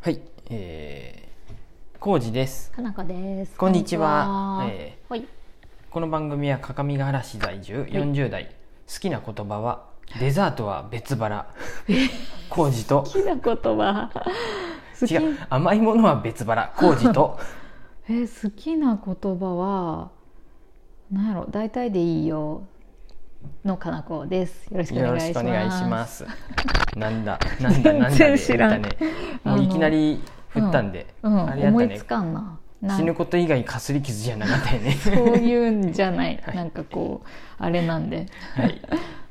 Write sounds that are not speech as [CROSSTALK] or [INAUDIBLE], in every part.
はい、えー、コウジです。かなこです。こんにちはこんにちえほい。この番組は各務原市在住40代、好きな言葉はデザートは別 [LAUGHS] 腹。コウジと好きなこと [LAUGHS] は。好き。違う甘いものは別腹。コウジとえー、好きな言葉は。なんやろ、大体でいいよ。のかなこです。よろし [LAUGHS] くおよ願ろいししくまおす。願いします。なんだなんだなんだで全然知らん言ったね。もういきなり振ったんで、うん、あれやった思いねつ。かんな。な死ぬこと以外かすり傷じゃなかったよね。そういうんじゃな [LAUGHS] いは。いなんかこう、あれな [LAUGHS] んで。はい。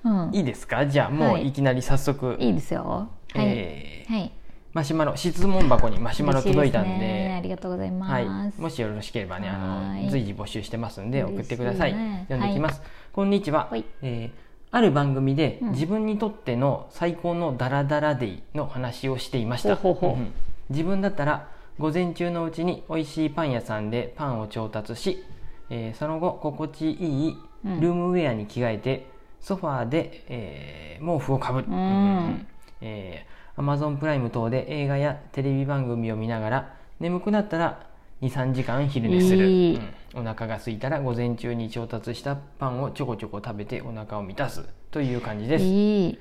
うん。いいですかじゃあもういきなり早速、いいですよ。はい。えーはい。マシュマロ質問箱にマシュマロ届いたん嬉しですねありがとうございまはい、す。もしよろしければねあはのい随時募集してますんで嬉しい送ってくださいね読んでいきます、こんにちは、はいえーある番組で、うん自分にとっての最高のダラダラデイの話をしていましたほうほうほううん自分だったら午前中のうちに美味しいパン屋さんでパンを調達し、えーその後心地いいうんルームウェアに着替えて、ソファーで、えー毛布をかぶる、うんえー、Amazon プライム等で映画やテレビ番組を見ながら眠くなったら23時間昼寝する、いいうん、お腹が空いたら午前中に調達したパンをちょこちょこ食べてお腹を満たすという感じですいい。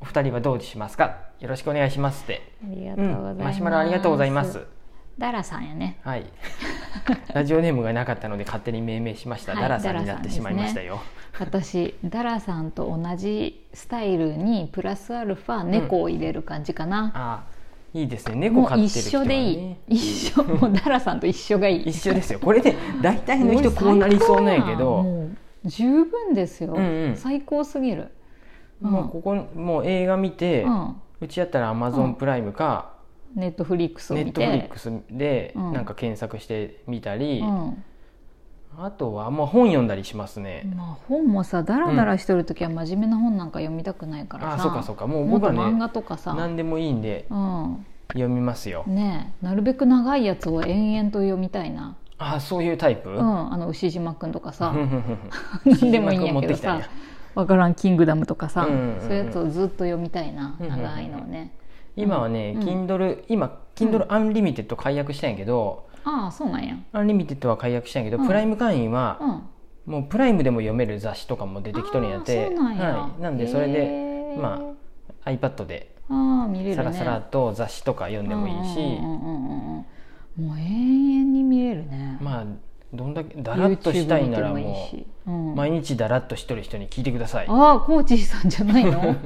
お二人はどうしますかよろしくお願いしますってありがとうございます。うんマシュマロありがとうございます。ダラさんやね。はいラジオネームがなかったので勝手に命名しました、はいダラさんになっダラさんてですねしまいましたよ、私ダラさんと同じスタイルにプラスアルファ猫を入れる感じかな、ああいいですね猫も飼うってる一人は、緒でいい、ね、一緒もうダラさんと一緒がいい一緒ですよこれで大体の [LAUGHS] 人こうなりそうなんやけど、もう十分ですよ、うんうん最高すぎるもうここもう映画見て、ううんちやったらアマゾンプライムか、ネットフリックスをネ見ッてトフリックスでうんなんか検索してみたり、うんあとはもう本読んだりしますね、まあ、本もさダラダラしてる時は真面目な本なんか読みたくないからさ、あそうかそうかもうもっ僕とは漫ね画とかさ、何でもいいんでうん、読みますよ、ねえなるべく長いやつを延々と読みたいな、あそういうタイプ、うん、あの牛島くんとかさ、何 [LAUGHS] 何でもいいんやけどさ「わからんキングダム」とかさ、うんうんうんそういうやつをずっと読みたいなうんうんうん長いのをね、今はね、うん Kindle 今 Kindle Unlimited 解約したんやけど、ああそうなんや、 Unlimited は解約したんやけど、うんプライム会員は、うん、もうプライムでも読める雑誌とかも出てきとるんやってあーそうなんや、はい、なんでそれへでえま iPad でああ見れるねさらさらと雑誌とか読んでもいいし、うんうんうんうんうんもう永遠に見れるね、まあどんだけだらっとしたいならもうう、うん、毎日だらっとしとる人に聞いてください。ああコーチーさんじゃない [LAUGHS] の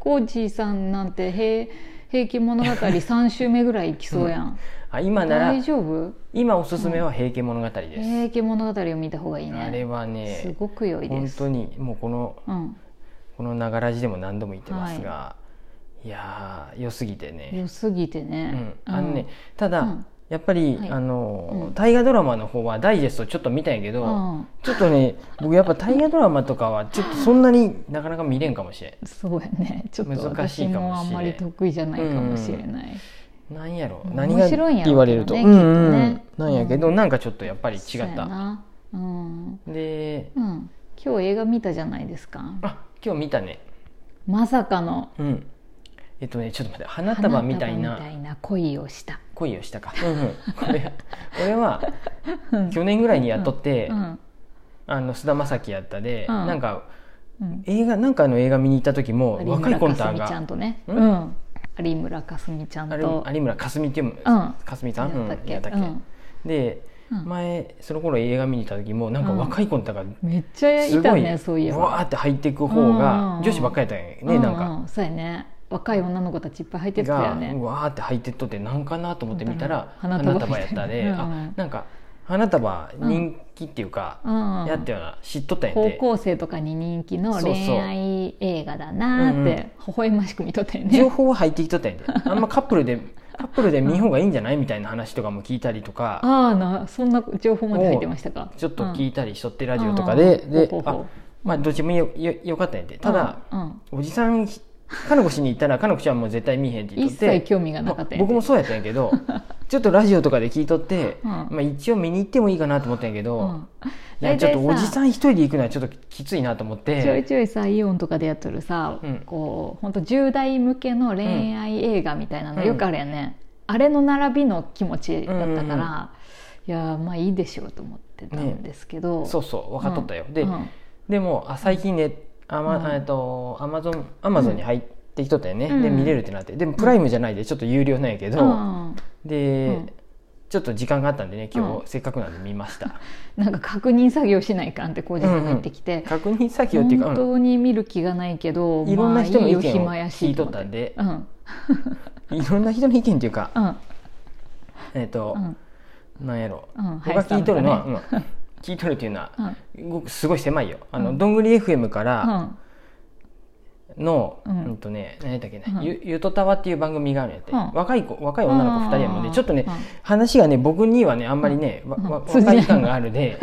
コーチーさんなんて平「平家物語」3週目ぐらいいきそうやんあ今なら大丈夫今おすすめは「平家物語」です。平家物語を見た方がいいねあれはすねごく良いで本す当にもうこのうん、このながらじでも何度も言ってますが、い、やー良すぎてね。良すぎてうねん、あのね、ただ、うんやっぱり、はいあの、うん大河ドラマの方はダイジェストちょっと見たんやけうど、んちょっとね僕やっぱ大河ドラマとかはちょっとそんなになかなか見れんかもしれそうやねちょっと難し私いかももあしれんんまり得意じゃないかもしれない、んなんやろうん何が面白いんやろ言われるとけうどねんうんきっとなねんやけどなんかちょっとやっぱり違そうっやたなうん、でうん、今日映画見たじゃないですかあ今日見たねまさかのうんえっとねちょっと待って花束みたい花束みなたいな恋をした恋をしたかうんうんこれこれはうん去年ぐらいにやっとってうんあの菅田将暉やったでうんなんかうん映画なんかの映画見に行った時も有若い村コン架タ純ちゃがんとね、ううんん、有村架純ちゃんあれと有村架純っていううん架純さんうんやったっけやったっうんけでうん前その頃映画見に行った時もなんか若い子のたがめっちゃすいごたいねそういえうばわーって入っていく方うんうんがうん女子ばっかりやったんうやねんなんかうんそうやね若い女の子たちいっぱい入ってったよがねうわーって入ってっとってなんかなと思って見たら花花束束やったでうんうんあなんか花束人気っていうかうんやったような知っとったんや高て校生とかに人気のそうそう恋愛映画だなーって微笑ましく見とったよね、情報は入ってきとったん [LAUGHS] やてあんまカップルでカップルで見ん方がいいんじゃないみたいな話とかも聞いたりとかああなそんな情報まで入ってましたかちょっと聞いいたりしとってラジオとかでうんでほうほうほあうまあどっちもよよよかったんやてただうんうんおじさんかのこしに行ったらかのこちゃんもう絶対見えへんって言っ一とって切興味がなかったまあ僕もそそうやったんやけ [LAUGHS] どちょっとラジオとかで聞いとって、うんまあ、一応見に行ってもいいかなと思ったんやけど、うんいや大ちょっ体とおじささん一人で行くのはちょっときついなと思っちょいてちょいさイオンとかでやっとるさ、うんこう本当10代向けの恋愛映画みたいなのよくあるやね、あれの並びの気持ちだったから、うんうんうんいやーまあいいでしょうと思ってたんですけど、そうそう分かっとったよ、うんで、うんでもあ最近ねアマ,、うんえっとアマゾンアマゾンに入ってきとったよね、うんで見れるってなってでもプライムじゃないでちょっと有料なんやけど、うんで、うんちょっと時間があったんでね今日、うんせっかくなんで見ましたなんか確認作業しないかんって個人が入ってきて、確認作業っていうか、う本ん当に見る気がないけど、いろんな人の意見をまあいいよ暇やし聞いとった思んでてうんいろんな人の意見っていうか、 [LAUGHS] うんえっとう、んなんやろ、うん僕が聞いとるのは、林うん聞いとるっていうのはうんごくすごい狭いよあの、うんどんぐり FM からうんの、ううんんとね何やったっけね、うんゆゆとたわっていう番組があるんやって、うん若い子若い女の子2人やもんで、うんちょっとね、うん話がね僕にはねあんまりね、んわわうん通じな若いい感がある [LAUGHS] で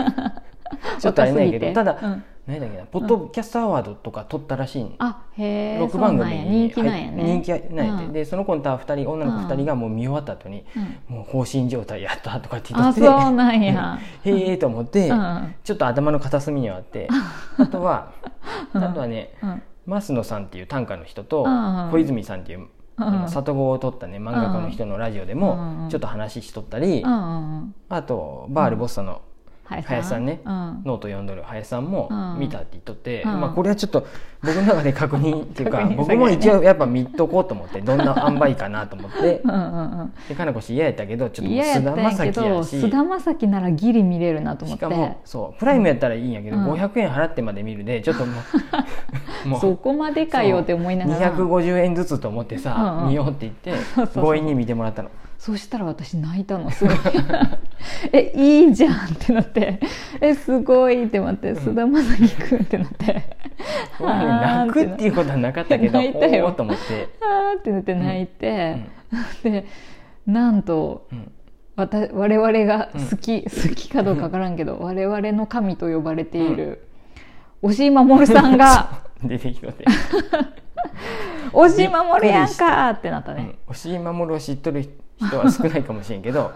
ちょっとあれないけど若すぎてただ、うん何やったっけなポッドキャストアワードとか撮ったらしいん、あへえ6番組に人気なんやはねい人気ないって、うんでその子のた二人女の子2人がもう見終わった後に、うんもう放心状態やったとかって言っあてそうてなん [LAUGHS] やへえと思って、うんちょっと頭の片隅にはあってあとは、うんあとはねうん増野さんっていう短歌の人と、うん小泉さんっていう、あうのん里子を取ったね漫画家の人のラジオでうんもうんちょっと話しとったり、うんうんあとバールボッサの林林さんねうんノート読んどる林さんもうん見たって言っとって、うんまあ、これはちょっと僕の中で確認っていうか [LAUGHS] 確認僕も一応やっぱ見とこうと思ってどんな塩梅かなと思ってうんうんうんでかなこ氏嫌やったけどちょっともう嫌やった菅んや田け将暉どやし菅田将暉ならギリ見れるなと思しっかてもそうプライムやったらいいんやけど、うん500円払ってまで見るでちょっとも [LAUGHS] うもそこまでかよって思いながら250円ずつと思ってさ、うんうん見ようって言ってそうそう強引に見てもらったのそうしたら私泣いたのすごい [LAUGHS] えいいじゃんってなってえすごいって待って菅田将暉くんってなってごめんあー泣くっていうことはなかったけど泣いたよおーと思 [LAUGHS] って、あーってなって泣いて、でなんとうんわた我々が好き、好きかどうかわからんけど我々の神と呼ばれている押井守さ [LAUGHS] んが出てきとって、 「押井守やんか!」ってなったうねん、。押井守を知っとる人は少ないかもしれん [LAUGHS] けど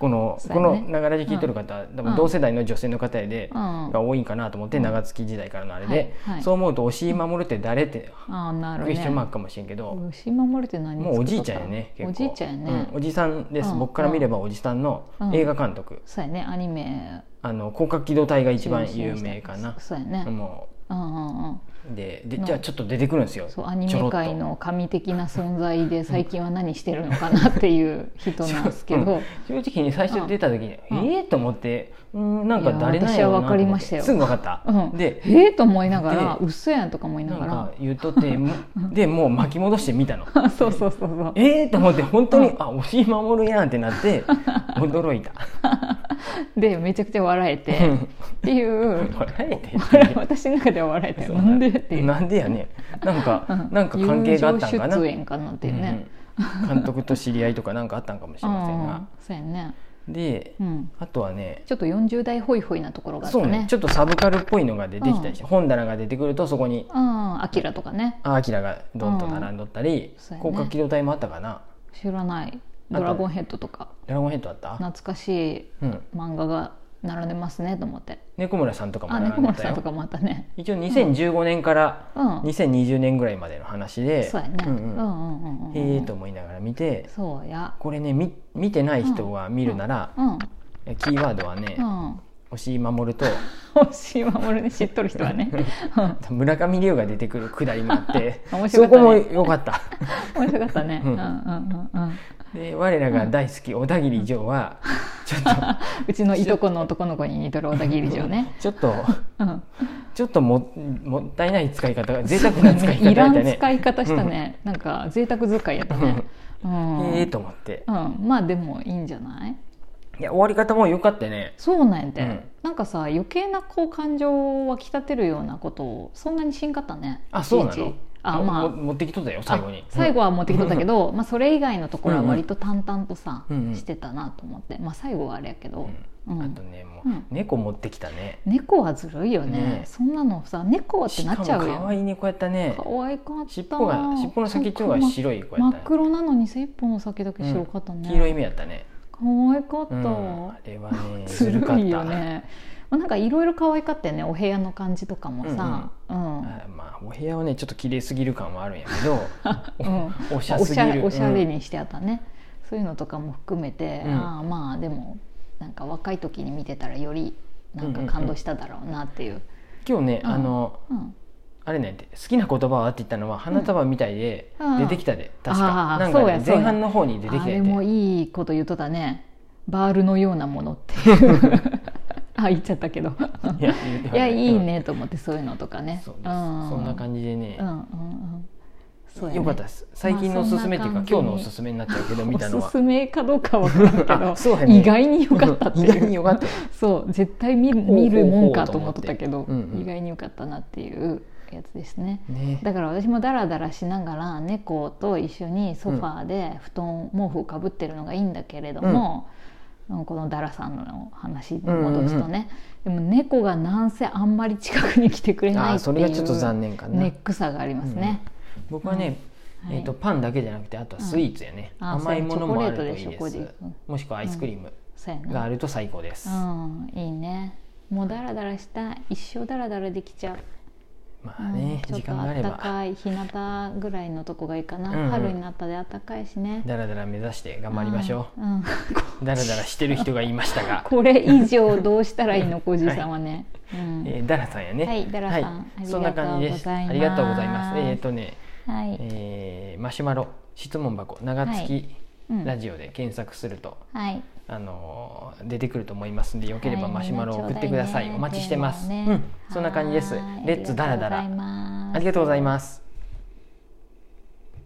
この、そうこやねの流れで聞いとる方は多分同世代の女性の方やで、うんが多いんかなと思って長月時代からのあれで、はいはいそう思うと押井守って誰ってああなるクエスチョンマーね。クかもしれんけど、押井守って何もうおじいちゃんやねお結構じいちゃんやね、うんおじさんです、うん僕から見ればおじさんの映画監督、そうやねアニメあの広角機動隊が一番有名かな、そうやね、もうんうんうんうででうんじゃあちょっと出てくるんですよそうアニメ界の神的な存在で最近は何してるのかなっていう人なんですけうどん、正直に最初出た時に、うんええと思ってうんなんか誰なんいやや私ろはうなと分か思ってりましたよすぐ分かった、うん、でええと思いながらで嘘やんとか思いななんがらか言っと [LAUGHS] ってもでもう巻き戻して見たのそうそうそうそうええと思って本当に、うんあ押井守るやんってな [LAUGHS] って驚いた [LAUGHS] でめちゃくちゃ笑えうてんっていう笑えて笑私の中では笑えてなんでっていうなんでやねなんか、うなんか関係があったんかな友情出演かなっていうね、うん監督と知り合いとかなんかあったんかもしれうませんんが、そうやね、でうん、あとはねちょっと40代ホイホイなところがあったそねうねちょっとサブカルっぽいのが出てきたりして、本棚が出てくるとそこにうんアキラとかねアキラがドンと並んどったり、うんそうやね広角機動隊もあったかな知らないドラゴンヘッドとかドラゴンヘッドあった、懐かしいうん、漫画が並んでますねと思って猫村さんとかもあ並猫んで村たさんとよかもあったね一応2015年からうん2020年ぐらいまでの話で、そうやねううんんううんんうんうんへえと思いながら見てそうやこれねみ見てない人は見るなら、うんキーワードはね、うん押井守と星守に知っとる人は [LAUGHS] ねうん村上龍が出てくるくだりもあって [LAUGHS] 面白そかこったもね良かった面白かったねううんんうんうんうんで我らが大好き小田切城はちょっうちのいとこの男の子に似とる小田切城ねとちょっとうんちょっとももったいない使い方が [LAUGHS] 贅沢な使い方だっいらたんね使い方したねなんか贅沢使いやったねうん [LAUGHS] ええと思ってうんまあでもいいんじゃないいや終わり方も良かったねそうなんやて、うんなんかさ余計なこう感情を湧き立てるようなことをそんなにしんかったねあそうないちいのちあまもあ持ってきとったよ最後にあ最後はは持ってきとったけど、まあ、それ以外のところは割と淡々とさ、うんうんしてたなと思って、まあ、最後はあれやけど、うんあとねもううん猫持ってきたね猫はずるいよねねそんなのさ猫ってしなかもっちゃうよ可愛い猫やったね可愛かった尻尾が尻尾の先っちょが白い子や真っったね黒なのにさ一本の先だけ白かったね、黄色い目やったね可愛かった、うんあれはねずずるいよねまあなんかいろいろ可愛かったよねお部屋の感じとかもさ、うんあまあお部屋はねちょっと綺麗すぎる感はあるんやけど [LAUGHS] うんおおしゃおすしぎゃるおしゃれにしてあったね、そういうのとかも含めて、うんああまあでもなんか若い時に見てたらよりなんか感動しただろうなっていう。今日ね、うんあのうんあれね好きな言葉はって言ったのは花束みたいでうん出てきたで、確あかーなんか、そうねや、そうや前半の方に出てきあたれやもついいこと言うとだねバールのようなものっていう [LAUGHS] あ言っちゃったけどいや言ってはいいやないいねと思ってそういうのとかねそうです、そんな感じでねう、んうんうんそうやねよかったです最近のおすすめっていうか、まあそ今日んな感じにのおすすめになっちゃうけど見たのおはすすめかどうかは分からんけあどそうやね意外に良かったっていう意外に良かったそう絶対見るほうほう見るもんかと思ってたけと思ど、ってうんうん意外に良かったなっていうやつですねねだから私もダラダラしながら猫と一緒にソファーで布団、毛布をかぶってるのがいいんだけれども、このダラさんの話に戻すとね、でも猫がなんせあんまり近くに来てくれあないーっていそうれがちょっと残念かな、ネックさがありますね、僕はね、うんはいえー、とパンだけじゃなくてあとはスイーツやね、うんあー甘いものもあるといいそうでチョコレーすトでしょこういうもしくはアイスクリームそうやがあなると最高です、うんいいねもうダラダラしたい一生ダラダラできちゃうまあね、うん時ちょ間っがあれと暖ばかい日向ぐらいのとこがいいかな、うんうん春になったで暖かいしねだらだら目指して頑張りましょうんうんうだらだらしてる人がいましたが、これ以上どうしたらいいの小路さんはね、うん [LAUGHS] えー、だらさんやねはいだらさんありがとうございますそんな感じですありがとうございますえっ、とね、はい、えーマシュマロ質問箱長月うんラジオで検索すると、はいあのー出てくると思いますんでよければはいマシュマロを送ってください、みんおなちょ待ちうだいねしてます、テーうマをんね、そんな感じですはいレッツダラダラあありりががとうとうごござざいいますます